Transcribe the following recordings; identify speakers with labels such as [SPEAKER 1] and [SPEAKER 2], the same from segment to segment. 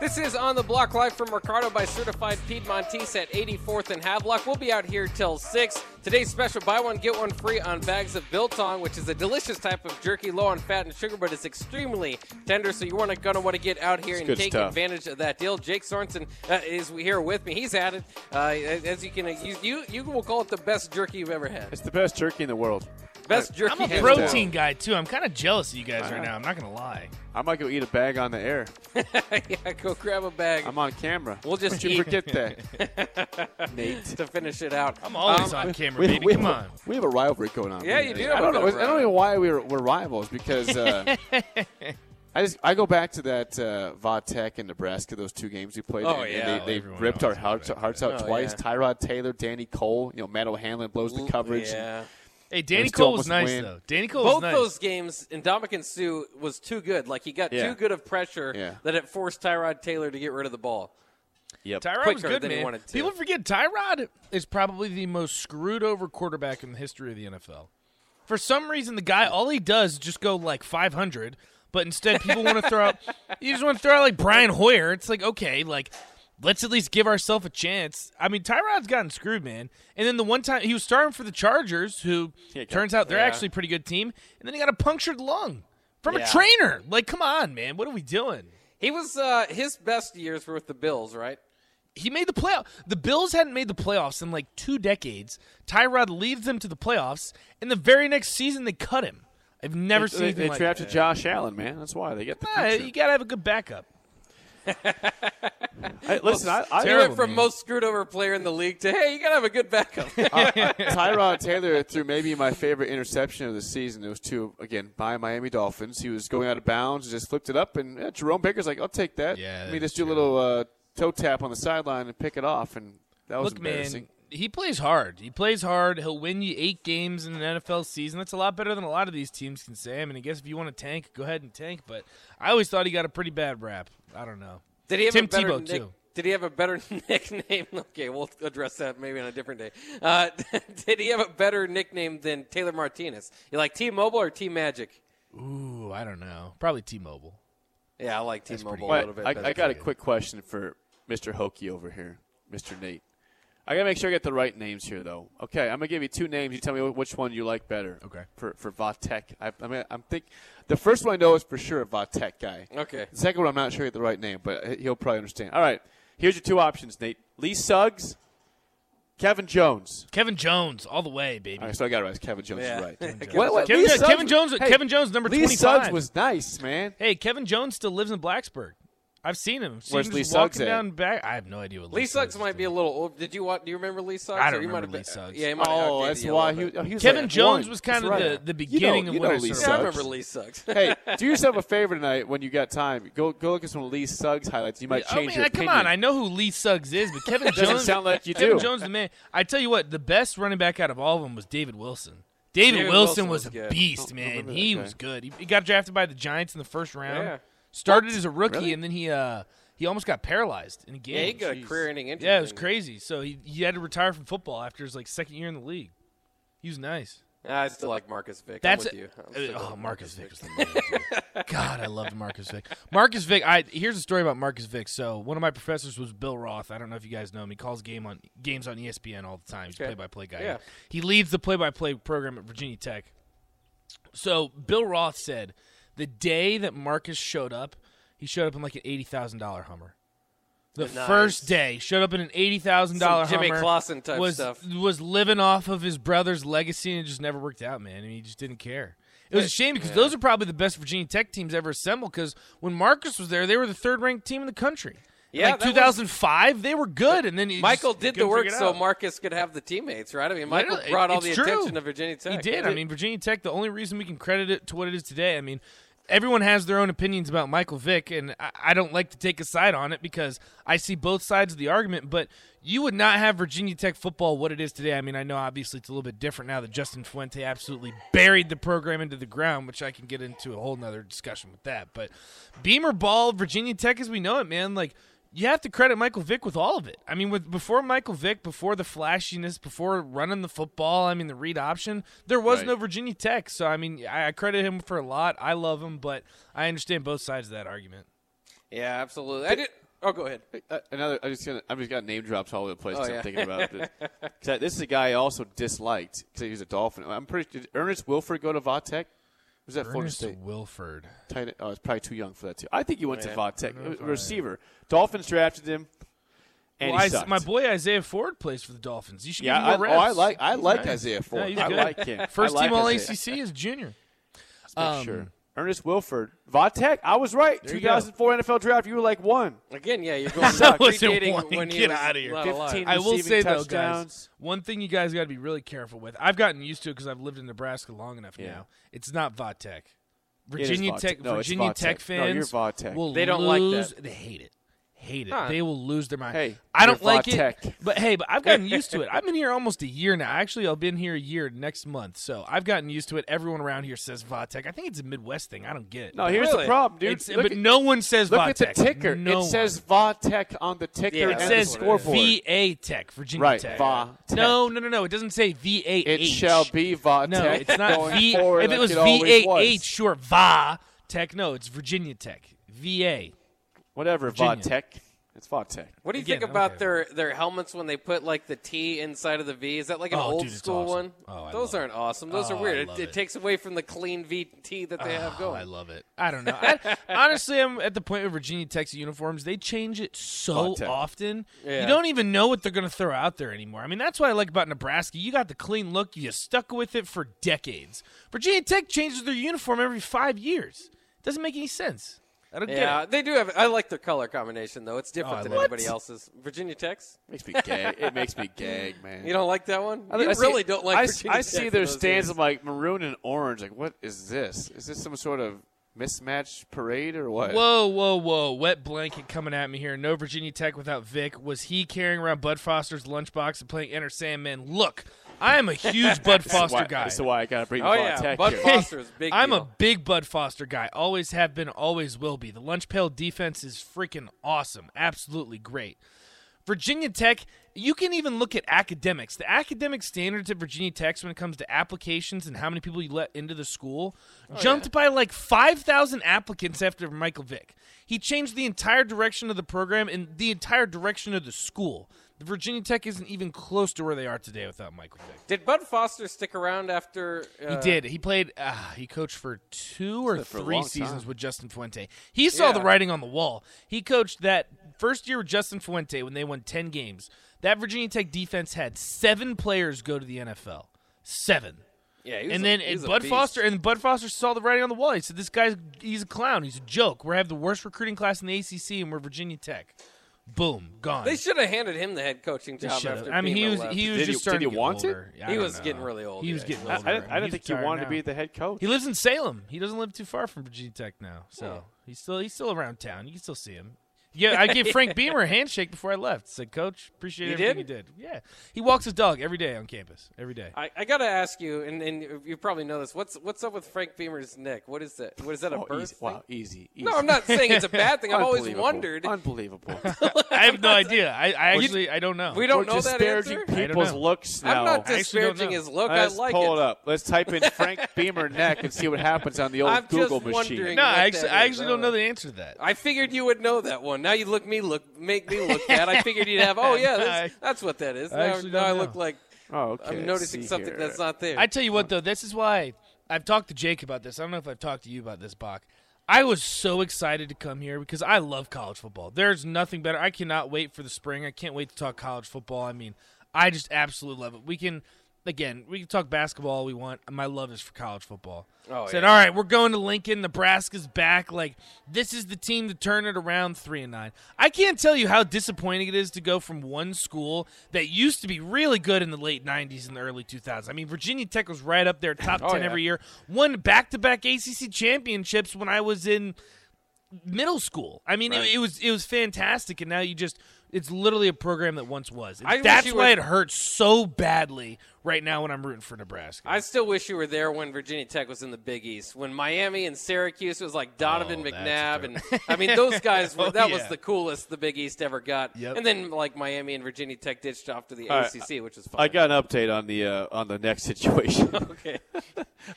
[SPEAKER 1] This is On the Block live from Ricardo by Certified Piedmontese at 84th and Havelock. We'll be out here till 6. Today's special buy one, get one free on bags of Biltong, which is a delicious type of jerky low on fat and sugar, but it's extremely tender. So you're going to want to get out here
[SPEAKER 2] It's
[SPEAKER 1] and
[SPEAKER 2] good
[SPEAKER 1] take
[SPEAKER 2] stuff.
[SPEAKER 1] advantage of that deal. Jake Sorensen uh, is here with me. He's at it. Uh, as you can, you, you, you will call it the best jerky you've ever had.
[SPEAKER 2] It's the best jerky in the world.
[SPEAKER 1] Best jerky
[SPEAKER 3] I'm a
[SPEAKER 1] hands
[SPEAKER 3] protein guy too. I'm kind of jealous of you guys right now. I'm not gonna lie.
[SPEAKER 2] I might go eat a bag on the air.
[SPEAKER 1] down. yeah, go grab a bag.
[SPEAKER 2] I'm on camera.
[SPEAKER 1] We'll just
[SPEAKER 2] Don't you
[SPEAKER 1] eat.
[SPEAKER 2] forget that, Nate.
[SPEAKER 1] to finish it out.
[SPEAKER 3] I'm always
[SPEAKER 1] Um,
[SPEAKER 3] on camera, baby. Come on.
[SPEAKER 2] we have a rivalry going on.
[SPEAKER 1] Yeah,
[SPEAKER 2] We-
[SPEAKER 1] you do
[SPEAKER 2] I
[SPEAKER 1] have a
[SPEAKER 2] don't
[SPEAKER 1] bit
[SPEAKER 2] know.
[SPEAKER 1] of
[SPEAKER 2] I don't know why we're, we're rivals because uh, I just I go back to that uh, Va Tech and Nebraska, those two games we played.
[SPEAKER 1] Oh,
[SPEAKER 2] and
[SPEAKER 1] yeah.
[SPEAKER 2] they, they
[SPEAKER 3] Everyone
[SPEAKER 2] ripped our
[SPEAKER 3] knows about
[SPEAKER 2] hearts,
[SPEAKER 3] that.
[SPEAKER 2] hearts out
[SPEAKER 1] Oh,
[SPEAKER 2] twice.
[SPEAKER 1] yeah.
[SPEAKER 2] Tyrod Taylor, Danny Cole, you know, Matt O'Hanlon blows the coverage.
[SPEAKER 1] Yeah.
[SPEAKER 3] Hey, Danny
[SPEAKER 2] We still
[SPEAKER 3] Cole
[SPEAKER 2] almost
[SPEAKER 3] was nice
[SPEAKER 2] win.
[SPEAKER 3] though. Danny Cole
[SPEAKER 1] Both
[SPEAKER 3] was nice.
[SPEAKER 1] those games, Indomitian Sue was too good. Like he got
[SPEAKER 2] Yeah.
[SPEAKER 1] too good of pressure
[SPEAKER 2] Yeah.
[SPEAKER 1] that it forced Tyrod Taylor to get rid of the ball.
[SPEAKER 2] Yep.
[SPEAKER 3] Tyrod was
[SPEAKER 1] quicker
[SPEAKER 3] good,
[SPEAKER 1] than he
[SPEAKER 3] man.
[SPEAKER 1] wanted to.
[SPEAKER 3] People forget Tyrod is probably the most screwed over quarterback in the history of the NFL. For some reason, the guy all he does is just go like 500, but instead people want to throw out. You just want to throw out like Brian Hoyer. It's like okay, like let's at least give ourselves a chance. I mean, Tyrod's gotten screwed, man. And then the one time he was starting for the Chargers, who
[SPEAKER 2] Yeah,
[SPEAKER 3] turns out they're
[SPEAKER 1] yeah.
[SPEAKER 3] actually a pretty good team, and then he got a punctured lung from
[SPEAKER 1] Yeah.
[SPEAKER 3] a trainer. Like, come on, man, what are we doing?
[SPEAKER 1] He was uh, his best years were with the Bills, right?
[SPEAKER 3] he made the playoff. The Bills hadn't made the playoffs in like two decades. Tyrod leads them to the playoffs, and the very next season they cut him. I've never seen
[SPEAKER 2] They,
[SPEAKER 3] anything
[SPEAKER 2] they
[SPEAKER 3] like
[SPEAKER 2] drafted
[SPEAKER 3] that.
[SPEAKER 2] Josh Allen, man. That's why they get the
[SPEAKER 3] Ah,
[SPEAKER 2] future.
[SPEAKER 3] you gotta have a good backup.
[SPEAKER 2] Hey, listen, I, I,
[SPEAKER 1] he went
[SPEAKER 3] Terrible,
[SPEAKER 1] from
[SPEAKER 3] man.
[SPEAKER 1] most screwed over player in the league to hey, you gotta have a good backup.
[SPEAKER 3] Uh,
[SPEAKER 2] Tyrod Taylor threw maybe my favorite interception of the season. It was two again by Miami Dolphins. He was going out of bounds, just flipped it up, and eh, Jerome Baker's like, "I'll take that."
[SPEAKER 3] Yeah,
[SPEAKER 2] let me
[SPEAKER 3] that
[SPEAKER 2] just
[SPEAKER 3] is
[SPEAKER 2] do a
[SPEAKER 3] true.
[SPEAKER 2] little uh, toe tap on the sideline and pick it off, and that was
[SPEAKER 3] Look,
[SPEAKER 2] embarrassing.
[SPEAKER 3] man, he plays hard. He plays hard. He'll win you eight games in an NFL season. That's a lot better than a lot of these teams can say. I mean, I guess if you want to tank, go ahead and tank. But I always thought he got a pretty bad rap. I don't know.
[SPEAKER 1] Did he have
[SPEAKER 3] Tim
[SPEAKER 1] a better
[SPEAKER 3] Tebow
[SPEAKER 1] nick-
[SPEAKER 3] too?
[SPEAKER 1] Did he have a better nickname? Okay, we'll address that maybe on a different day. Uh, did he have a better nickname than Taylor Martinez? You like T-Mobile or T-Magic?
[SPEAKER 3] Ooh, I don't know. Probably T-Mobile.
[SPEAKER 1] Yeah, I like T-Mobile a
[SPEAKER 2] But
[SPEAKER 1] little bit. better.
[SPEAKER 2] I, I got a quick question for Mr. Hokey over here, Mr. Nate. I gotta make sure I get the right names here, though. Okay, I'm gonna give you two names. You tell me wh- which one you like better.
[SPEAKER 3] Okay.
[SPEAKER 2] For for Vatek, I, I mean, I'm think the first one I know is for sure a Vatek guy.
[SPEAKER 1] Okay.
[SPEAKER 2] The second one I'm not sure I get the right name, but he- he'll probably understand. All right, here's your two options, Nate: Lee Suggs, Kevin Jones.
[SPEAKER 3] Kevin Jones, all the way, baby.
[SPEAKER 2] All right, so I got it right. It's Kevin Jones
[SPEAKER 1] Yeah.
[SPEAKER 2] is right.
[SPEAKER 1] Kevin Jones.
[SPEAKER 2] What- what-
[SPEAKER 3] Kevin
[SPEAKER 2] Lee
[SPEAKER 3] Jo-
[SPEAKER 2] Suggs-
[SPEAKER 3] Kevin Jones- Kevin Jones, number
[SPEAKER 2] Lee
[SPEAKER 3] 25.
[SPEAKER 2] Suggs was nice, man.
[SPEAKER 3] Hey, Kevin Jones still lives in Blacksburg. I've seen him. Seen
[SPEAKER 2] Where's
[SPEAKER 3] him
[SPEAKER 2] Lee
[SPEAKER 3] just
[SPEAKER 2] Suggs at?
[SPEAKER 3] walking down back. I have no idea what Lee,
[SPEAKER 1] Lee Suggs
[SPEAKER 3] is
[SPEAKER 1] might be a
[SPEAKER 3] doing.
[SPEAKER 1] little old. Did you want? Do you remember Lee Suggs?
[SPEAKER 3] I don't
[SPEAKER 1] Or you might have
[SPEAKER 3] remember Lee
[SPEAKER 1] been-
[SPEAKER 3] Suggs.
[SPEAKER 1] Yeah, he might have
[SPEAKER 2] Oh,
[SPEAKER 1] outdated
[SPEAKER 2] that's
[SPEAKER 1] you a
[SPEAKER 2] why
[SPEAKER 1] little
[SPEAKER 2] he,
[SPEAKER 1] bit.
[SPEAKER 2] oh, he was
[SPEAKER 3] Kevin
[SPEAKER 2] like
[SPEAKER 3] Jones
[SPEAKER 2] one.
[SPEAKER 3] was kind of
[SPEAKER 2] That's
[SPEAKER 3] the-
[SPEAKER 2] right.
[SPEAKER 3] the beginning
[SPEAKER 2] you know,
[SPEAKER 3] of
[SPEAKER 2] you
[SPEAKER 3] when
[SPEAKER 2] know
[SPEAKER 3] I
[SPEAKER 2] Lee
[SPEAKER 3] started.
[SPEAKER 2] Suggs.
[SPEAKER 1] Yeah, I remember Lee Suggs.
[SPEAKER 2] hey, do yourself a favor tonight when you got time. Go go look at some Lee Suggs highlights. You might
[SPEAKER 3] I
[SPEAKER 2] change
[SPEAKER 3] mean,
[SPEAKER 2] your
[SPEAKER 3] I- oh, come
[SPEAKER 2] opinion.
[SPEAKER 3] on. I know who Lee Suggs is, but Kevin
[SPEAKER 2] Doesn't
[SPEAKER 3] Jones.
[SPEAKER 2] sound like you
[SPEAKER 3] Kevin
[SPEAKER 2] do.
[SPEAKER 3] Jones, the man. I tell you what, the best running back out of all of them was David Wilson. David,
[SPEAKER 1] David Wilson
[SPEAKER 3] Wilson, was,
[SPEAKER 1] was
[SPEAKER 3] a
[SPEAKER 1] good.
[SPEAKER 3] beast,
[SPEAKER 2] I
[SPEAKER 3] man.
[SPEAKER 2] Oh, remember that
[SPEAKER 3] He
[SPEAKER 2] guy.
[SPEAKER 3] was good. He, he got drafted by the Giants in the first round.
[SPEAKER 1] Yeah.
[SPEAKER 3] Started as a rookie,
[SPEAKER 2] Really?
[SPEAKER 3] and then he uh, he almost got paralyzed in a game.
[SPEAKER 1] yeah, he got a
[SPEAKER 2] Jeez.
[SPEAKER 1] career-ending injury.
[SPEAKER 3] Oh, Yeah, it was
[SPEAKER 1] didn't he?
[SPEAKER 3] crazy. So he, he had to retire from football after his like second year in the league. He was nice.
[SPEAKER 1] I still like Marcus Vick.
[SPEAKER 3] That's
[SPEAKER 1] I'm with you. I'm
[SPEAKER 3] uh,
[SPEAKER 1] still
[SPEAKER 3] oh,
[SPEAKER 1] with
[SPEAKER 3] Marcus Vick was the man. God, I loved Marcus Vick. Marcus Vick. I here's a story about Marcus Vick. So one of my professors was Bill Roth. I don't know if you guys know him. He calls game on games on E ESPN all the time. He's a
[SPEAKER 1] Okay.
[SPEAKER 3] play-by-play guy.
[SPEAKER 1] Yeah.
[SPEAKER 3] He leads the play-by-play program at Virginia Tech. So Bill Roth said the day that Marcus showed up, he showed up in like an eighty thousand dollar Hummer. The
[SPEAKER 1] Nice.
[SPEAKER 3] first day, showed up in an eighty thousand dollar
[SPEAKER 1] Some Jimmy
[SPEAKER 3] Hummer.
[SPEAKER 1] Clausen type
[SPEAKER 3] was,
[SPEAKER 1] stuff.
[SPEAKER 3] Was living off of his brother's legacy and it just never worked out, man. I mean, he just didn't care. It was a shame because those are probably the best Virginia Tech teams ever assembled. Because when Marcus was there, they were the third ranked team in the country. In,
[SPEAKER 1] Yeah,
[SPEAKER 3] like
[SPEAKER 1] that was-
[SPEAKER 3] 2005, they were good, and then he
[SPEAKER 1] Michael
[SPEAKER 3] just
[SPEAKER 1] did the
[SPEAKER 3] couldn't
[SPEAKER 1] work
[SPEAKER 3] figure it
[SPEAKER 1] so
[SPEAKER 3] out.
[SPEAKER 1] Marcus could have the teammates, right? I mean, Michael
[SPEAKER 3] Literally,
[SPEAKER 1] brought all
[SPEAKER 3] it's
[SPEAKER 1] the
[SPEAKER 3] true.
[SPEAKER 1] attention to Virginia Tech.
[SPEAKER 3] He did. I mean, Virginia Tech. The only reason we can credit it to what it is today. I mean, everyone has their own opinions about Michael Vick, and I, I don't like to take a side on it because I see both sides of the argument. But you would not have Virginia Tech football what it is today. I mean, I know obviously it's a little bit different now that Justin Fuente absolutely buried the program into the ground, which I can get into a whole nother discussion with that. But Beamer Ball, Virginia Tech, as we know it, man, like you have to credit Michael Vick with all of it. I mean, with before Michael Vick, before the flashiness, before running the football, I mean the read option, there was
[SPEAKER 2] Right.
[SPEAKER 3] no Virginia Tech. So I mean, I, I credit him for a lot. I love him, but I understand both sides of that argument.
[SPEAKER 1] yeah, absolutely. I did. Oh, go ahead.
[SPEAKER 2] Uh, another. I just gonna, I've just got name drops all over the place.
[SPEAKER 1] Oh,
[SPEAKER 2] 'cause
[SPEAKER 1] yeah.
[SPEAKER 2] I'm thinking about this. 'Cause I- this is a guy I also disliked because he was a Dolphin. I'm pretty. Did Ernest Wilford go to Vatech? Was that Florida
[SPEAKER 3] Ernest
[SPEAKER 2] State?
[SPEAKER 3] Wilford.
[SPEAKER 2] Tight end- Oh, it's probably too young for that too. I think he went
[SPEAKER 1] Yeah.
[SPEAKER 2] to Vatech. Receiver. Dolphins drafted him, and
[SPEAKER 3] Well,
[SPEAKER 2] he
[SPEAKER 3] Is-
[SPEAKER 2] sucked.
[SPEAKER 3] my boy Isaiah Ford plays for the Dolphins. You should
[SPEAKER 2] yeah, I,
[SPEAKER 3] give him
[SPEAKER 2] oh,
[SPEAKER 3] more reps.
[SPEAKER 2] I like I
[SPEAKER 3] He's
[SPEAKER 2] like
[SPEAKER 3] nice.
[SPEAKER 2] Isaiah Ford.
[SPEAKER 3] No, he's
[SPEAKER 2] I
[SPEAKER 3] good.
[SPEAKER 2] like him.
[SPEAKER 3] First
[SPEAKER 2] I like
[SPEAKER 3] team All
[SPEAKER 2] Isaiah.
[SPEAKER 3] ACC is junior.
[SPEAKER 2] Let's make
[SPEAKER 3] Um,
[SPEAKER 2] sure. Ernest Wilford, Vatech. I was right.
[SPEAKER 3] There you
[SPEAKER 2] 2004 NFL draft. You were like one.
[SPEAKER 1] Again, yeah, you're going
[SPEAKER 3] That
[SPEAKER 1] back
[SPEAKER 3] wasn't
[SPEAKER 1] predating
[SPEAKER 3] one.
[SPEAKER 1] when he
[SPEAKER 3] Get
[SPEAKER 1] was
[SPEAKER 3] outta here.
[SPEAKER 1] not alive.
[SPEAKER 2] 15.
[SPEAKER 3] I will
[SPEAKER 2] receiving
[SPEAKER 3] say though, guys,
[SPEAKER 2] touchdowns.
[SPEAKER 3] one thing you guys got to be really careful with. I've gotten used to it because I've lived in Nebraska long enough
[SPEAKER 2] Yeah.
[SPEAKER 3] now. It's not Vatech.
[SPEAKER 2] is
[SPEAKER 3] Virginia
[SPEAKER 2] Vautech.
[SPEAKER 3] Tech,
[SPEAKER 2] No, it's
[SPEAKER 3] Virginia
[SPEAKER 2] Vautech.
[SPEAKER 3] Tech
[SPEAKER 2] No, you're
[SPEAKER 3] fans
[SPEAKER 2] Vautech.
[SPEAKER 3] will
[SPEAKER 1] They don't like
[SPEAKER 3] lose. They hate it. Hate it.
[SPEAKER 1] Huh.
[SPEAKER 3] They will lose their mind.
[SPEAKER 2] Hey,
[SPEAKER 3] I don't
[SPEAKER 2] you're
[SPEAKER 3] like it.
[SPEAKER 2] Vautech.
[SPEAKER 3] But hey, but I've gotten used to it. I've been here almost a year now. Actually, I've been here a year next month, so I've gotten used to it. Everyone around here says Vatech. I think it's a Midwest thing. I don't get it.
[SPEAKER 2] No, here's
[SPEAKER 1] Really?
[SPEAKER 2] the problem, dude.
[SPEAKER 3] It's-
[SPEAKER 2] Look
[SPEAKER 3] but
[SPEAKER 2] at-
[SPEAKER 3] no one says
[SPEAKER 2] Look
[SPEAKER 3] Vautech.
[SPEAKER 2] at the ticker.
[SPEAKER 3] No
[SPEAKER 2] it
[SPEAKER 3] one.
[SPEAKER 2] says VaTech on the ticker
[SPEAKER 1] Yeah,
[SPEAKER 2] and
[SPEAKER 3] It
[SPEAKER 1] that's
[SPEAKER 3] says
[SPEAKER 2] the
[SPEAKER 1] what it is.
[SPEAKER 2] scoreboard.
[SPEAKER 3] VA Tech, Virginia
[SPEAKER 2] Right,
[SPEAKER 3] Tech.
[SPEAKER 2] Va Tech.
[SPEAKER 3] No, no, no, no. It doesn't say VAH.
[SPEAKER 2] it shall be VaTech.
[SPEAKER 3] No, it's not
[SPEAKER 2] going
[SPEAKER 3] V.
[SPEAKER 2] forward
[SPEAKER 3] If it
[SPEAKER 2] like
[SPEAKER 3] was
[SPEAKER 2] always
[SPEAKER 3] VAH,
[SPEAKER 2] was.
[SPEAKER 3] sure, Va Tech. No, it's Virginia Tech. VA.
[SPEAKER 2] whatever
[SPEAKER 3] Virginia.
[SPEAKER 2] VaTech, it's VaTech.
[SPEAKER 1] What do you
[SPEAKER 3] Again,
[SPEAKER 1] think about
[SPEAKER 3] okay.
[SPEAKER 1] their their helmets when they put like the T inside of the V? Is that like an
[SPEAKER 3] Oh,
[SPEAKER 1] old
[SPEAKER 3] dude, it's
[SPEAKER 1] school one?
[SPEAKER 3] awesome. Oh, I
[SPEAKER 1] Those
[SPEAKER 3] love
[SPEAKER 1] aren't awesome. Those
[SPEAKER 3] Oh,
[SPEAKER 1] are
[SPEAKER 3] I
[SPEAKER 1] weird.
[SPEAKER 3] love
[SPEAKER 1] it,
[SPEAKER 3] it.
[SPEAKER 1] takes away from the clean VT that they have
[SPEAKER 3] Oh,
[SPEAKER 1] going.
[SPEAKER 3] I love it. I don't know. I, honestly, I'm at the point with Virginia Tech's uniforms. They change it so
[SPEAKER 2] Va Tech.
[SPEAKER 3] often.
[SPEAKER 1] Yeah.
[SPEAKER 3] You don't even know what they're going to throw out there anymore. I mean, that's what I like about Nebraska. You got the clean look. You stuck with it for decades. Virginia Tech changes their uniform every five years. Doesn't make any sense. I don't get it.
[SPEAKER 1] yeah, they do have. I like their color combination though. It's different
[SPEAKER 3] Oh, I
[SPEAKER 1] than
[SPEAKER 3] love it.
[SPEAKER 1] anybody else's. Virginia Tech's.
[SPEAKER 2] Makes me gag. it makes me gag, man.
[SPEAKER 1] You don't like that one?
[SPEAKER 2] I
[SPEAKER 1] you
[SPEAKER 2] think- I see-
[SPEAKER 1] really don't like.
[SPEAKER 2] I, s-
[SPEAKER 1] Virginia
[SPEAKER 2] I
[SPEAKER 1] Tech
[SPEAKER 2] see
[SPEAKER 1] for
[SPEAKER 2] their
[SPEAKER 1] those
[SPEAKER 2] stands
[SPEAKER 1] reasons.
[SPEAKER 2] of like maroon and orange. Like, what is this? Is this some sort of mismatch parade or what?
[SPEAKER 3] Whoa, whoa, whoa. Wet blanket coming at me here. No Virginia Tech without Vic. Was he carrying around Bud Foster's lunchbox and playing Enter Sandman? Look, I am a huge Bud Foster
[SPEAKER 2] why,
[SPEAKER 3] guy.
[SPEAKER 2] That's why I gotta bring
[SPEAKER 1] Oh
[SPEAKER 2] VaTech.
[SPEAKER 1] yeah, Bud
[SPEAKER 2] here.
[SPEAKER 1] Foster is a big.
[SPEAKER 3] I'm a
[SPEAKER 1] deal.
[SPEAKER 3] big Bud Foster guy. Always have been, always will be. The lunch pail defense is freaking awesome. Absolutely great. Virginia Tech, you can even look at academics. The academic standards at Virginia Tech when it comes to applications and how many people you let into the school
[SPEAKER 1] Oh,
[SPEAKER 3] jumped by like 5,000 applicants after Michael Vick. He changed the entire direction of the program and the entire direction of the school. The Virginia Tech isn't even close to where they are today without Michael Vick.
[SPEAKER 1] Did Bud Foster stick around after? Uh,
[SPEAKER 3] He did. He played. Uh, he coached for two or
[SPEAKER 2] been for a
[SPEAKER 3] three
[SPEAKER 2] long
[SPEAKER 3] seasons
[SPEAKER 2] time.
[SPEAKER 3] with Justin Fuente. He saw the
[SPEAKER 1] Yeah.
[SPEAKER 3] writing on the wall. He coached that first year with Justin Fuente when they won ten games. That Virginia Tech defense had seven players go to the NFL. Seven.
[SPEAKER 1] Yeah, he was
[SPEAKER 3] And
[SPEAKER 1] a-
[SPEAKER 3] then
[SPEAKER 1] he was
[SPEAKER 3] and
[SPEAKER 1] a
[SPEAKER 3] Bud
[SPEAKER 1] beast.
[SPEAKER 3] Foster and Bud Foster saw the writing on the wall. He said, "This guy's he's a clown. He's a joke. We're have the worst recruiting class in the ACC, and we're Virginia Tech." Boom, gone.
[SPEAKER 1] They should have handed him the head coaching
[SPEAKER 3] They
[SPEAKER 1] job
[SPEAKER 3] should've.
[SPEAKER 1] after.
[SPEAKER 3] I mean, he
[SPEAKER 1] Beamer
[SPEAKER 3] was
[SPEAKER 1] left.
[SPEAKER 3] he was
[SPEAKER 2] Did he-
[SPEAKER 3] just starting
[SPEAKER 2] did he
[SPEAKER 3] to get
[SPEAKER 2] want it?
[SPEAKER 3] older. I
[SPEAKER 1] He
[SPEAKER 3] don't
[SPEAKER 1] was
[SPEAKER 3] know.
[SPEAKER 1] getting really old,
[SPEAKER 3] He was
[SPEAKER 1] yeah.
[SPEAKER 3] getting
[SPEAKER 1] I-
[SPEAKER 3] older.
[SPEAKER 2] I didn't, I
[SPEAKER 3] He's
[SPEAKER 2] didn't think you
[SPEAKER 3] retired
[SPEAKER 2] wanted
[SPEAKER 3] now.
[SPEAKER 2] to be the head coach.
[SPEAKER 3] He lives in Salem. He doesn't live too far from Virginia Tech now, so he's still he's still around town. You can still see him. Yeah, I gave Frank Beamer a handshake before I left. Said, "Coach, appreciate
[SPEAKER 1] You
[SPEAKER 3] everything you did." Yeah, he walks his dog every day on campus. Every day.
[SPEAKER 1] I, I gotta ask you, and, and you probably know this. What's what's up with Frank Beamer's neck? What is that? What is that a
[SPEAKER 2] Oh,
[SPEAKER 1] birth?
[SPEAKER 2] easy.
[SPEAKER 1] thing?
[SPEAKER 2] Wow, easy, easy.
[SPEAKER 1] No, I'm not saying it's a bad thing. I've always
[SPEAKER 2] Unbelievable.
[SPEAKER 1] wondered.
[SPEAKER 2] Unbelievable.
[SPEAKER 3] I have no idea. I, I actually I don't know.
[SPEAKER 1] We don't
[SPEAKER 2] We're
[SPEAKER 1] know that
[SPEAKER 2] disparaging
[SPEAKER 1] answer.
[SPEAKER 3] don't
[SPEAKER 2] people's
[SPEAKER 3] know.
[SPEAKER 2] looks now.
[SPEAKER 1] I'm not
[SPEAKER 3] I actually don't
[SPEAKER 1] disparaging
[SPEAKER 3] know.
[SPEAKER 1] his look.
[SPEAKER 2] Let's
[SPEAKER 1] I like
[SPEAKER 2] pull
[SPEAKER 1] it.
[SPEAKER 2] it up. Let's type in Frank Beamer neck and see what happens on the old
[SPEAKER 1] I'm just
[SPEAKER 2] Google machine.
[SPEAKER 1] wondering.
[SPEAKER 3] no,
[SPEAKER 1] what
[SPEAKER 3] I
[SPEAKER 1] that
[SPEAKER 3] actually, I
[SPEAKER 1] is.
[SPEAKER 3] actually don't know the answer to that.
[SPEAKER 1] I figured you would know that one. Now you look me look make me look bad. I figured you'd have. Oh yeah, that's,
[SPEAKER 3] I-
[SPEAKER 1] that's what that is.
[SPEAKER 3] I
[SPEAKER 1] Now,
[SPEAKER 3] actually
[SPEAKER 1] now
[SPEAKER 3] don't
[SPEAKER 1] I
[SPEAKER 3] know.
[SPEAKER 1] look like
[SPEAKER 2] Oh, okay.
[SPEAKER 1] I'm
[SPEAKER 2] let's
[SPEAKER 1] noticing
[SPEAKER 2] see
[SPEAKER 1] something
[SPEAKER 2] here.
[SPEAKER 1] that's not there.
[SPEAKER 3] I tell you what, though, this is why I've talked to Jake about this. I don't know if I've talked to you about this, Bach. I was so excited to come here because I love college football. There's nothing better. I cannot wait for the spring. I can't wait to talk college football. I mean, I just absolutely love it. We can, again, we can talk basketball all we want. My love is for college football.
[SPEAKER 1] Oh,
[SPEAKER 3] Said,
[SPEAKER 1] yeah.
[SPEAKER 3] all right, we're going to Lincoln. Nebraska's back. Like, this is the team to turn it around three and nine. I can't tell you how disappointing it is to go from one school that used to be really good in the late '90s and the early 2000s. I mean, Virginia Tech was right up there, top
[SPEAKER 1] Oh,
[SPEAKER 3] ten
[SPEAKER 1] yeah.
[SPEAKER 3] every year. Won back-to-back ACC championships when I was in middle school. I mean,
[SPEAKER 2] Right.
[SPEAKER 3] it, it was it was fantastic, and now you just it's literally a program that once was.
[SPEAKER 1] I wish
[SPEAKER 3] That's
[SPEAKER 1] you
[SPEAKER 3] why
[SPEAKER 1] were-
[SPEAKER 3] it hurts so badly right now when I'm rooting for Nebraska.
[SPEAKER 1] I still wish you were there when Virginia Tech was in the Big East, when Miami and Syracuse was like Donovan
[SPEAKER 4] Oh, that's
[SPEAKER 1] McNabb, and I mean those guys were.
[SPEAKER 3] Oh,
[SPEAKER 1] That was
[SPEAKER 3] yeah.
[SPEAKER 1] the coolest the Big East ever got.
[SPEAKER 4] Yep.
[SPEAKER 1] And then like Miami and Virginia Tech ditched off to the
[SPEAKER 2] All right,
[SPEAKER 1] ACC, which was fun.
[SPEAKER 2] I got an update on the uh, on the next situation.
[SPEAKER 1] okay.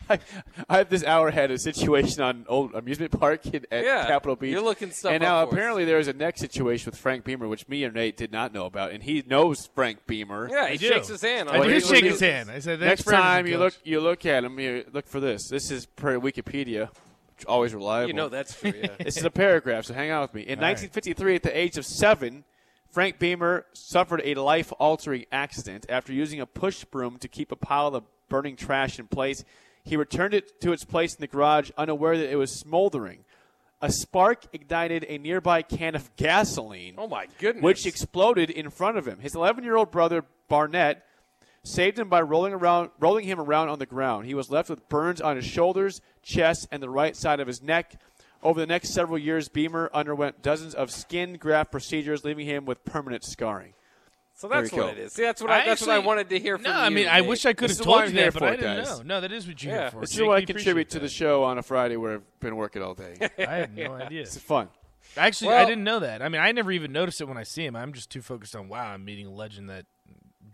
[SPEAKER 2] I, I have this hour had a situation on old amusement park in, at
[SPEAKER 1] Yeah,
[SPEAKER 2] Capitol Beach.
[SPEAKER 1] you're looking stuff
[SPEAKER 2] And
[SPEAKER 1] up
[SPEAKER 2] now
[SPEAKER 1] for us.
[SPEAKER 2] apparently there is a next situation with Frank Beamer, which me and Nate did not know about, and he knows Frank Beamer.
[SPEAKER 1] Yeah,
[SPEAKER 3] I
[SPEAKER 1] he
[SPEAKER 3] do.
[SPEAKER 1] shakes his hand.
[SPEAKER 3] I
[SPEAKER 1] on
[SPEAKER 2] Well,
[SPEAKER 3] did
[SPEAKER 2] here's
[SPEAKER 1] regular
[SPEAKER 3] shake his
[SPEAKER 1] basis.
[SPEAKER 3] hand. I said,
[SPEAKER 2] Next
[SPEAKER 3] "Thanks for everything,
[SPEAKER 2] time you
[SPEAKER 3] coach."
[SPEAKER 2] look you look at him, you look for this. This is per Wikipedia, which always reliable.
[SPEAKER 1] You know that's true. Yeah.
[SPEAKER 2] This is a paragraph, so hang on with me. In 1953, at the age of seven, Frank Beamer suffered a life altering accident after using a push broom to keep a pile of burning trash in place. He returned it to its place in the garage, unaware that it was smoldering. A spark ignited a nearby can of gasoline,
[SPEAKER 1] oh my goodness.
[SPEAKER 2] which exploded in front of him. His 11 year old brother, Barnett, saved him by rolling, around, rolling him around on the ground. He was left with burns on his shoulders, chest, and the right side of his neck. Over the next several years, Beamer underwent dozens of skin graft procedures, leaving him with permanent scarring.
[SPEAKER 1] so that's
[SPEAKER 2] There we
[SPEAKER 1] what
[SPEAKER 2] go.
[SPEAKER 1] it is. See, that's what I, that's what I
[SPEAKER 3] actually-
[SPEAKER 1] wanted to hear from
[SPEAKER 3] no,
[SPEAKER 1] you.
[SPEAKER 3] I mean, I
[SPEAKER 1] Nate.
[SPEAKER 3] wish I could
[SPEAKER 2] This
[SPEAKER 3] have
[SPEAKER 2] is what
[SPEAKER 3] told
[SPEAKER 2] I'm
[SPEAKER 3] you
[SPEAKER 2] here
[SPEAKER 3] that, but
[SPEAKER 2] for,
[SPEAKER 3] I didn't
[SPEAKER 2] guys.
[SPEAKER 3] know. No, that is what you're
[SPEAKER 1] Yeah.
[SPEAKER 3] here for.
[SPEAKER 2] This is
[SPEAKER 3] Jake.
[SPEAKER 2] why I
[SPEAKER 3] We appreciate
[SPEAKER 2] contribute to the
[SPEAKER 3] that.
[SPEAKER 2] show on a Friday where I've been working all day. it's
[SPEAKER 3] I had no idea.
[SPEAKER 2] fun.
[SPEAKER 3] Actually, I
[SPEAKER 1] Well-
[SPEAKER 3] didn't know that. I mean, I never even noticed it when I see him. I'm just too focused on wow, I'm meeting a legend that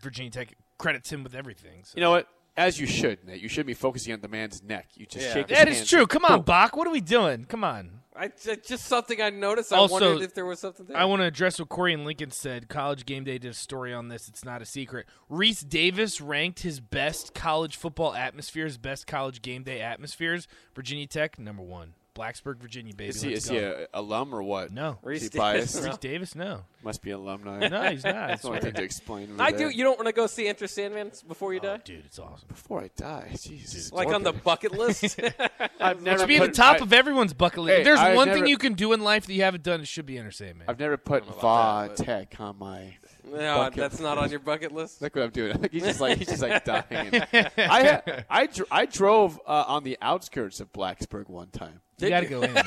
[SPEAKER 3] Virginia Tech credits him with everything. So.
[SPEAKER 2] You know what? As you should, Nate. You should be focusing on the man's neck. You just
[SPEAKER 1] Yeah.
[SPEAKER 2] shake his
[SPEAKER 3] that is
[SPEAKER 2] hand.
[SPEAKER 3] true. Come on, Bach. What are we doing? Come on.
[SPEAKER 1] I, ju- just something I noticed. I
[SPEAKER 3] Also,
[SPEAKER 1] wondered if there was something there.
[SPEAKER 3] I want to address what Corey and Lincoln said. College Game Day did a story on this. It's not a secret. Reese Davis ranked his best college football atmospheres, best college game day atmospheres. Virginia Tech, number one. Blacksburg, Virginia, baby.
[SPEAKER 2] Is he,
[SPEAKER 3] Let's
[SPEAKER 2] is he
[SPEAKER 3] go.
[SPEAKER 2] a alum or what?
[SPEAKER 3] No.
[SPEAKER 2] Is he
[SPEAKER 1] Reese
[SPEAKER 2] biased?
[SPEAKER 1] Davis.
[SPEAKER 3] Reese Davis, no.
[SPEAKER 2] Must be alumni.
[SPEAKER 3] No, he's not. I
[SPEAKER 2] That's the only
[SPEAKER 3] swear.
[SPEAKER 2] thing to explain. over
[SPEAKER 1] I
[SPEAKER 2] there.
[SPEAKER 1] do. You don't want to go see Enter Sandman before you die?
[SPEAKER 3] Oh, Dude, it's awesome.
[SPEAKER 2] before I die. Jesus,
[SPEAKER 1] Like on the bucket list?
[SPEAKER 2] I've never
[SPEAKER 3] To be at the
[SPEAKER 2] put-
[SPEAKER 3] top
[SPEAKER 2] I,
[SPEAKER 3] of everyone's bucket list.
[SPEAKER 2] Hey,
[SPEAKER 3] If There's
[SPEAKER 2] I've
[SPEAKER 3] one
[SPEAKER 2] never-
[SPEAKER 3] thing you can do in life that you haven't done. It should be entertainment.
[SPEAKER 2] I've never put Va Tech on my.
[SPEAKER 1] no,
[SPEAKER 2] Bucket
[SPEAKER 1] that's not on your bucket list.
[SPEAKER 2] Look what I'm doing. he's just like he's just like dying. I had, I dr- I drove uh, on the outskirts of Blacksburg one time.
[SPEAKER 3] you got to go in, man.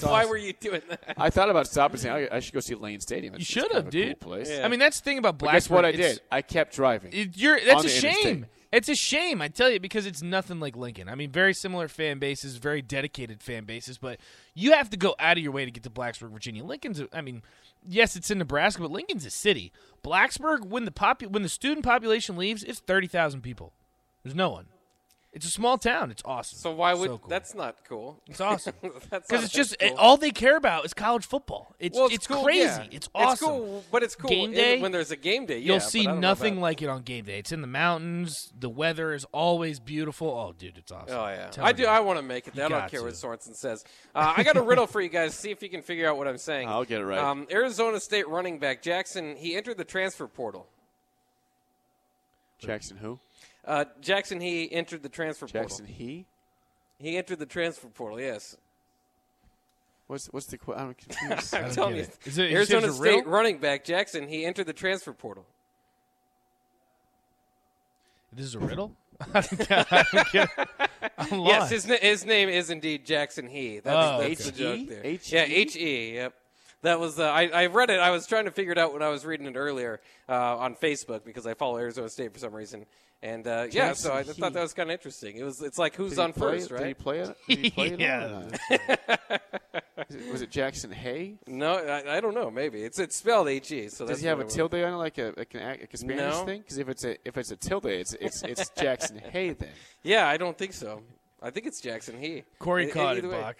[SPEAKER 1] Why were you doing that?
[SPEAKER 2] I thought about stopping and saying I, I should go see Lane Stadium. It's- it's
[SPEAKER 3] should
[SPEAKER 2] kind
[SPEAKER 3] have,
[SPEAKER 2] of a
[SPEAKER 3] dude.
[SPEAKER 2] Cool place.
[SPEAKER 1] Yeah.
[SPEAKER 3] I mean, that's the thing about Blacksburg.
[SPEAKER 2] But guess what I
[SPEAKER 3] It's-
[SPEAKER 2] did? I kept driving.
[SPEAKER 3] It- you're that's
[SPEAKER 2] On
[SPEAKER 3] a
[SPEAKER 2] the
[SPEAKER 3] shame.
[SPEAKER 2] interstate.
[SPEAKER 3] It's a shame. I tell you because it's nothing like Lincoln. I mean, very similar fan bases, very dedicated fan bases, but you have to go out of your way to get to Blacksburg, Virginia. Lincoln's, a, I mean, yes, it's in Nebraska, but Lincoln's a city. Blacksburg, when the popu- when the student population leaves, it's thirty thousand people. There's no one. It's a small town. It's awesome.
[SPEAKER 1] So why would
[SPEAKER 3] so cool.
[SPEAKER 1] that's not cool?
[SPEAKER 3] it's awesome.
[SPEAKER 1] That's
[SPEAKER 3] Because
[SPEAKER 1] not
[SPEAKER 3] it's just
[SPEAKER 1] that cool.
[SPEAKER 3] all they care about is college football. It's
[SPEAKER 1] Well,
[SPEAKER 3] it's, crazy.
[SPEAKER 1] yeah.
[SPEAKER 3] It's awesome.
[SPEAKER 1] cool, but it's cool
[SPEAKER 3] Game
[SPEAKER 1] in-
[SPEAKER 3] day,
[SPEAKER 1] when there's a game day.
[SPEAKER 3] You'll
[SPEAKER 1] yeah,
[SPEAKER 3] see
[SPEAKER 1] but I don't know
[SPEAKER 3] nothing
[SPEAKER 1] about-
[SPEAKER 3] like it on game day. It's in the mountains. The weather is always beautiful. Oh, dude, it's awesome.
[SPEAKER 1] Oh yeah,
[SPEAKER 3] Tell
[SPEAKER 1] I
[SPEAKER 3] me.
[SPEAKER 1] do. I want to make it. there. I don't
[SPEAKER 3] got
[SPEAKER 1] care what
[SPEAKER 3] to.
[SPEAKER 1] Sorensen says. Uh, I got a riddle for you guys. See if you can figure out what I'm saying.
[SPEAKER 2] I'll get it right.
[SPEAKER 1] Um, Arizona State running back Jackson. He entered the transfer portal.
[SPEAKER 2] Jackson who?
[SPEAKER 1] Uh, Jackson. He entered the transfer
[SPEAKER 2] Jackson
[SPEAKER 1] portal.
[SPEAKER 2] he?
[SPEAKER 1] He entered the transfer portal. Yes.
[SPEAKER 2] What's what's the? qu- I'm confused.
[SPEAKER 1] I'm telling you.
[SPEAKER 3] get it. Is it- he
[SPEAKER 1] Arizona
[SPEAKER 3] says a
[SPEAKER 1] State
[SPEAKER 3] riddle?
[SPEAKER 1] running back Jackson. He entered the transfer portal.
[SPEAKER 3] This is a riddle. I'm kidding. I'm lost.
[SPEAKER 1] Yes, his, na- his name is indeed Jackson He. That's,
[SPEAKER 3] Oh,
[SPEAKER 1] that's
[SPEAKER 2] okay.
[SPEAKER 1] the joke
[SPEAKER 2] H-E?
[SPEAKER 1] there.
[SPEAKER 2] H-E?
[SPEAKER 1] Yeah, H E. Yep. That was uh, I, I read it. I was trying to figure it out when I was reading it earlier uh, on Facebook because I follow Arizona State for some reason. And uh, yeah, so I just
[SPEAKER 2] Jackson
[SPEAKER 1] thought
[SPEAKER 2] He.
[SPEAKER 1] that was kind of interesting. It was. It's like who's
[SPEAKER 2] Did he
[SPEAKER 1] on
[SPEAKER 2] play-
[SPEAKER 1] first,
[SPEAKER 2] Did he
[SPEAKER 1] right?
[SPEAKER 2] play it? Did he play it
[SPEAKER 3] Yeah.
[SPEAKER 2] on or not? Is it- Was it Jackson Hay?
[SPEAKER 1] No, I, I don't know. Maybe it's it's spelled H E. So
[SPEAKER 2] Does
[SPEAKER 1] that's
[SPEAKER 2] he have
[SPEAKER 1] what I-
[SPEAKER 2] a tilde on it, like a like an, ac- like a Spanish
[SPEAKER 1] No.
[SPEAKER 2] thing? Because if it's a if it's a tilde, it's it's it's Jackson Hay then.
[SPEAKER 1] Yeah, I don't think so. I think it's Jackson He.
[SPEAKER 3] Corey
[SPEAKER 1] E-
[SPEAKER 3] caught
[SPEAKER 1] either
[SPEAKER 3] it.
[SPEAKER 1] way.
[SPEAKER 3] Bach.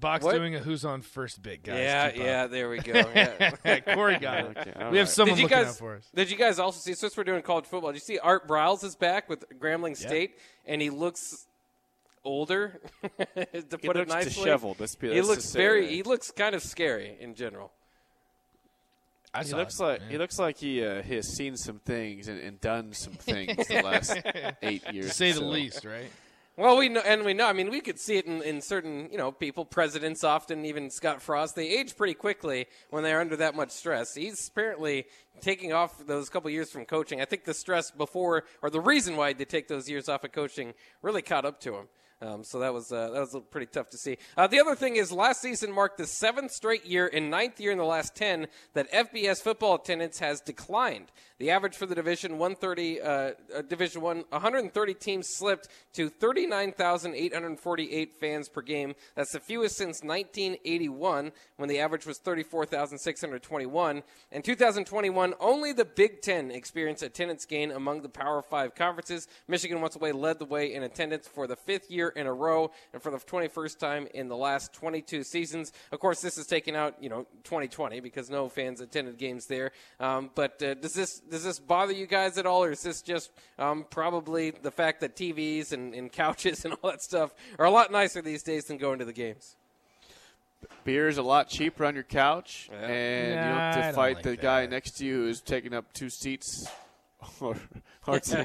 [SPEAKER 3] Bach's
[SPEAKER 1] What?
[SPEAKER 3] doing a who's on first bit, guys.
[SPEAKER 1] Yeah,
[SPEAKER 3] Keep
[SPEAKER 1] yeah. There we go. Yeah.
[SPEAKER 3] up. Corey got it.
[SPEAKER 2] Okay,
[SPEAKER 3] We
[SPEAKER 2] alright.
[SPEAKER 3] have someone
[SPEAKER 1] did you
[SPEAKER 3] looking
[SPEAKER 1] guys?
[SPEAKER 3] out for us.
[SPEAKER 1] Did you guys also see? Since we're doing college football, did you see Art Briles is back with Grambling State, and he looks older. to put
[SPEAKER 2] He
[SPEAKER 1] it
[SPEAKER 2] looks
[SPEAKER 1] nicely,
[SPEAKER 2] disheveled. Let's be.
[SPEAKER 1] he
[SPEAKER 2] let's
[SPEAKER 1] looks
[SPEAKER 2] just say
[SPEAKER 1] very.
[SPEAKER 2] that.
[SPEAKER 1] He looks kind of scary in general.
[SPEAKER 3] I
[SPEAKER 2] He
[SPEAKER 3] saw
[SPEAKER 2] looks
[SPEAKER 3] it.
[SPEAKER 2] like he looks like he uh, he has seen some things and, and done some things the last eight years.
[SPEAKER 3] to say
[SPEAKER 2] or
[SPEAKER 3] the
[SPEAKER 2] so.
[SPEAKER 3] least, right?
[SPEAKER 1] Well, we know, and we know. I mean, we could see it in, in certain, you know, people, presidents often, even Scott Frost. They age pretty quickly when they're under that much stress. He's apparently taking off those couple years from coaching, I think the stress before or the reason why he did take those years off of coaching really caught up to him. Um, so that was uh, that was pretty tough to see. Uh, the other thing is, last season marked the seventh straight year and ninth year in the last ten that FBS football attendance has declined. The average for the division 130 uh, division one 130 teams slipped to 39,848 fans per game. That's the fewest since 1981, when the average was 34,621. In 2021, only the Big Ten experienced attendance gain among the Power Five conferences. Michigan once away led the way in attendance for the fifth year in a row and for the 21st time in the last 22 seasons. Of course, this is taking out you know 2020 because no fans attended games there. Um, but uh, does this does this bother you guys at all, or is this just um, probably the fact that TVs and, and couches and all that stuff are a lot nicer these days than going to the games?
[SPEAKER 2] Beer is a lot cheaper on your couch,
[SPEAKER 1] Yeah.
[SPEAKER 2] and you
[SPEAKER 3] Nah,
[SPEAKER 2] don't
[SPEAKER 3] I
[SPEAKER 2] have to
[SPEAKER 3] don't
[SPEAKER 2] fight
[SPEAKER 3] like
[SPEAKER 2] the
[SPEAKER 3] that.
[SPEAKER 2] guy next to you who's taking up two seats, or or, t-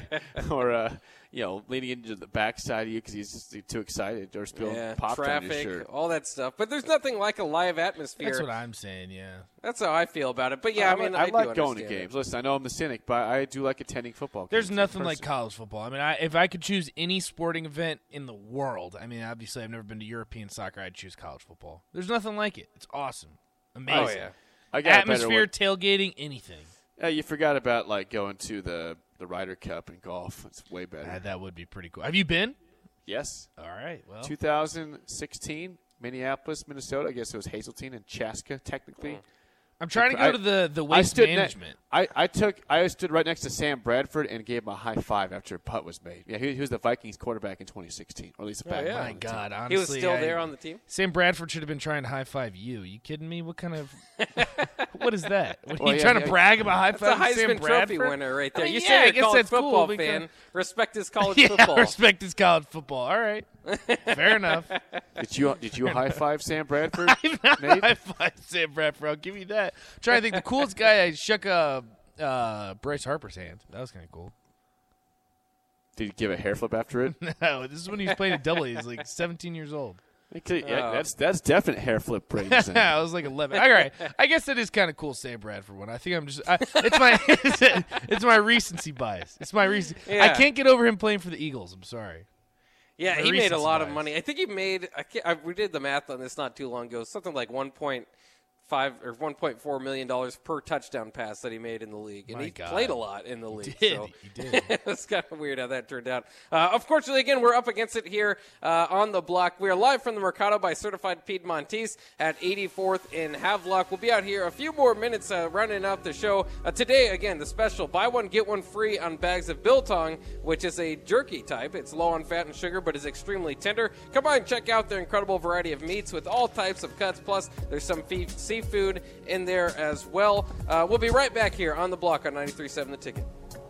[SPEAKER 2] or uh, you know leaning into the backside of you because he's just too excited or spilling pop on your
[SPEAKER 1] traffic,
[SPEAKER 2] shirt.
[SPEAKER 1] all that stuff. But there's nothing like a live atmosphere.
[SPEAKER 3] That's what I'm saying. Yeah.
[SPEAKER 1] That's how I feel about it. But yeah, I, mean,
[SPEAKER 2] like- I,
[SPEAKER 1] do
[SPEAKER 2] like going to
[SPEAKER 1] understand it.
[SPEAKER 2] games. Listen, I know I'm the cynic, but I do like attending football.
[SPEAKER 3] There's
[SPEAKER 2] games in
[SPEAKER 3] nothing like
[SPEAKER 2] person.
[SPEAKER 3] college football. I mean, I, if I could choose any sporting event in the world, I mean, obviously I've never been to European soccer. I'd choose college football. There's nothing like it. It's awesome, amazing.
[SPEAKER 1] Oh yeah.
[SPEAKER 2] I got a better
[SPEAKER 3] Atmosphere,
[SPEAKER 2] one.
[SPEAKER 3] tailgating, anything.
[SPEAKER 2] Yeah, you forgot about like going to the the Ryder Cup in golf. It's way better.
[SPEAKER 3] Uh, that would be pretty cool. Have you been?
[SPEAKER 2] yes,
[SPEAKER 3] All right. Well,
[SPEAKER 2] 2016, Minneapolis, Minnesota. I guess it was Hazeltine and Chaska technically.
[SPEAKER 3] I'm trying to
[SPEAKER 2] I-
[SPEAKER 3] go to the the
[SPEAKER 2] I
[SPEAKER 3] waste
[SPEAKER 2] stood ne-
[SPEAKER 3] management.
[SPEAKER 2] I, I took I stood right next to Sam Bradford and gave him a high five after a putt was made. Yeah, he, he was the Vikings quarterback in 2016, or at least the back.
[SPEAKER 1] yeah.
[SPEAKER 2] end
[SPEAKER 3] Oh, My
[SPEAKER 2] of the
[SPEAKER 3] God, honestly,
[SPEAKER 1] Oh, He was still
[SPEAKER 3] I-
[SPEAKER 1] there on the team.
[SPEAKER 3] Sam Bradford should have been trying to high five you. You kidding me? What kind of what is that? What, are
[SPEAKER 2] Well,
[SPEAKER 3] you
[SPEAKER 2] yeah,
[SPEAKER 3] trying
[SPEAKER 2] yeah.
[SPEAKER 3] to brag about high
[SPEAKER 1] That's
[SPEAKER 3] five?
[SPEAKER 1] a Heisman
[SPEAKER 3] Sam
[SPEAKER 1] Trophy
[SPEAKER 3] Bradford?
[SPEAKER 1] winner right there.
[SPEAKER 3] I mean,
[SPEAKER 1] you
[SPEAKER 3] yeah, I
[SPEAKER 1] say you're a
[SPEAKER 3] guess
[SPEAKER 1] college
[SPEAKER 3] that's cool
[SPEAKER 1] football
[SPEAKER 3] because-
[SPEAKER 1] fan. Respect his college
[SPEAKER 3] Yeah,
[SPEAKER 1] football.
[SPEAKER 3] respect his college football. All right, fair enough.
[SPEAKER 2] team. Did you did you high five Sam Bradford?
[SPEAKER 3] I've not
[SPEAKER 2] Nate?
[SPEAKER 3] high five Sam Bradford. I'll give you that. I'm trying to think, the coolest guy I shook uh, uh, Bryce Harper's hand. That was kind of cool.
[SPEAKER 2] Did you give a hair flip after it?
[SPEAKER 3] No, this is when he was playing at Double. A. He was like 17 years old.
[SPEAKER 2] Okay, yeah, that's that's definite hair flip brains. then.
[SPEAKER 3] I was like 11. All right, I guess that is kind of cool, Sam Bradford one. I think I'm just I, it's my it's, my recency bias. It's my recency. I
[SPEAKER 1] Yeah.
[SPEAKER 3] can't get over him playing for the Eagles. I'm sorry.
[SPEAKER 1] Yeah,
[SPEAKER 3] My
[SPEAKER 1] he made a
[SPEAKER 3] recency
[SPEAKER 1] lot of
[SPEAKER 3] bias.
[SPEAKER 1] money. I think he made. I can't, I, we did the math on this not too long ago. Something like one point five or one point four million dollars per touchdown pass that he made in the league, and
[SPEAKER 3] My
[SPEAKER 1] he
[SPEAKER 3] God.
[SPEAKER 1] played a lot in the league.
[SPEAKER 3] did.
[SPEAKER 1] So
[SPEAKER 3] He did.
[SPEAKER 1] it was kind of weird how that turned out. Uh, unfortunately, again, we're up against it here uh, on the block. We are live from the Mercado by Certified Piedmontese at 84th in Havelock. We'll be out here a few more minutes uh, rounding out the show. Uh, today, again, the special buy one, get one free on bags of Biltong, which is a jerky type. It's low on fat and sugar, but is extremely tender. Come on, check out their incredible variety of meats with all types of cuts. Plus, there's some fee- seafood in there as well. Uh, we'll be right back here on the block on 93.7 The Ticket.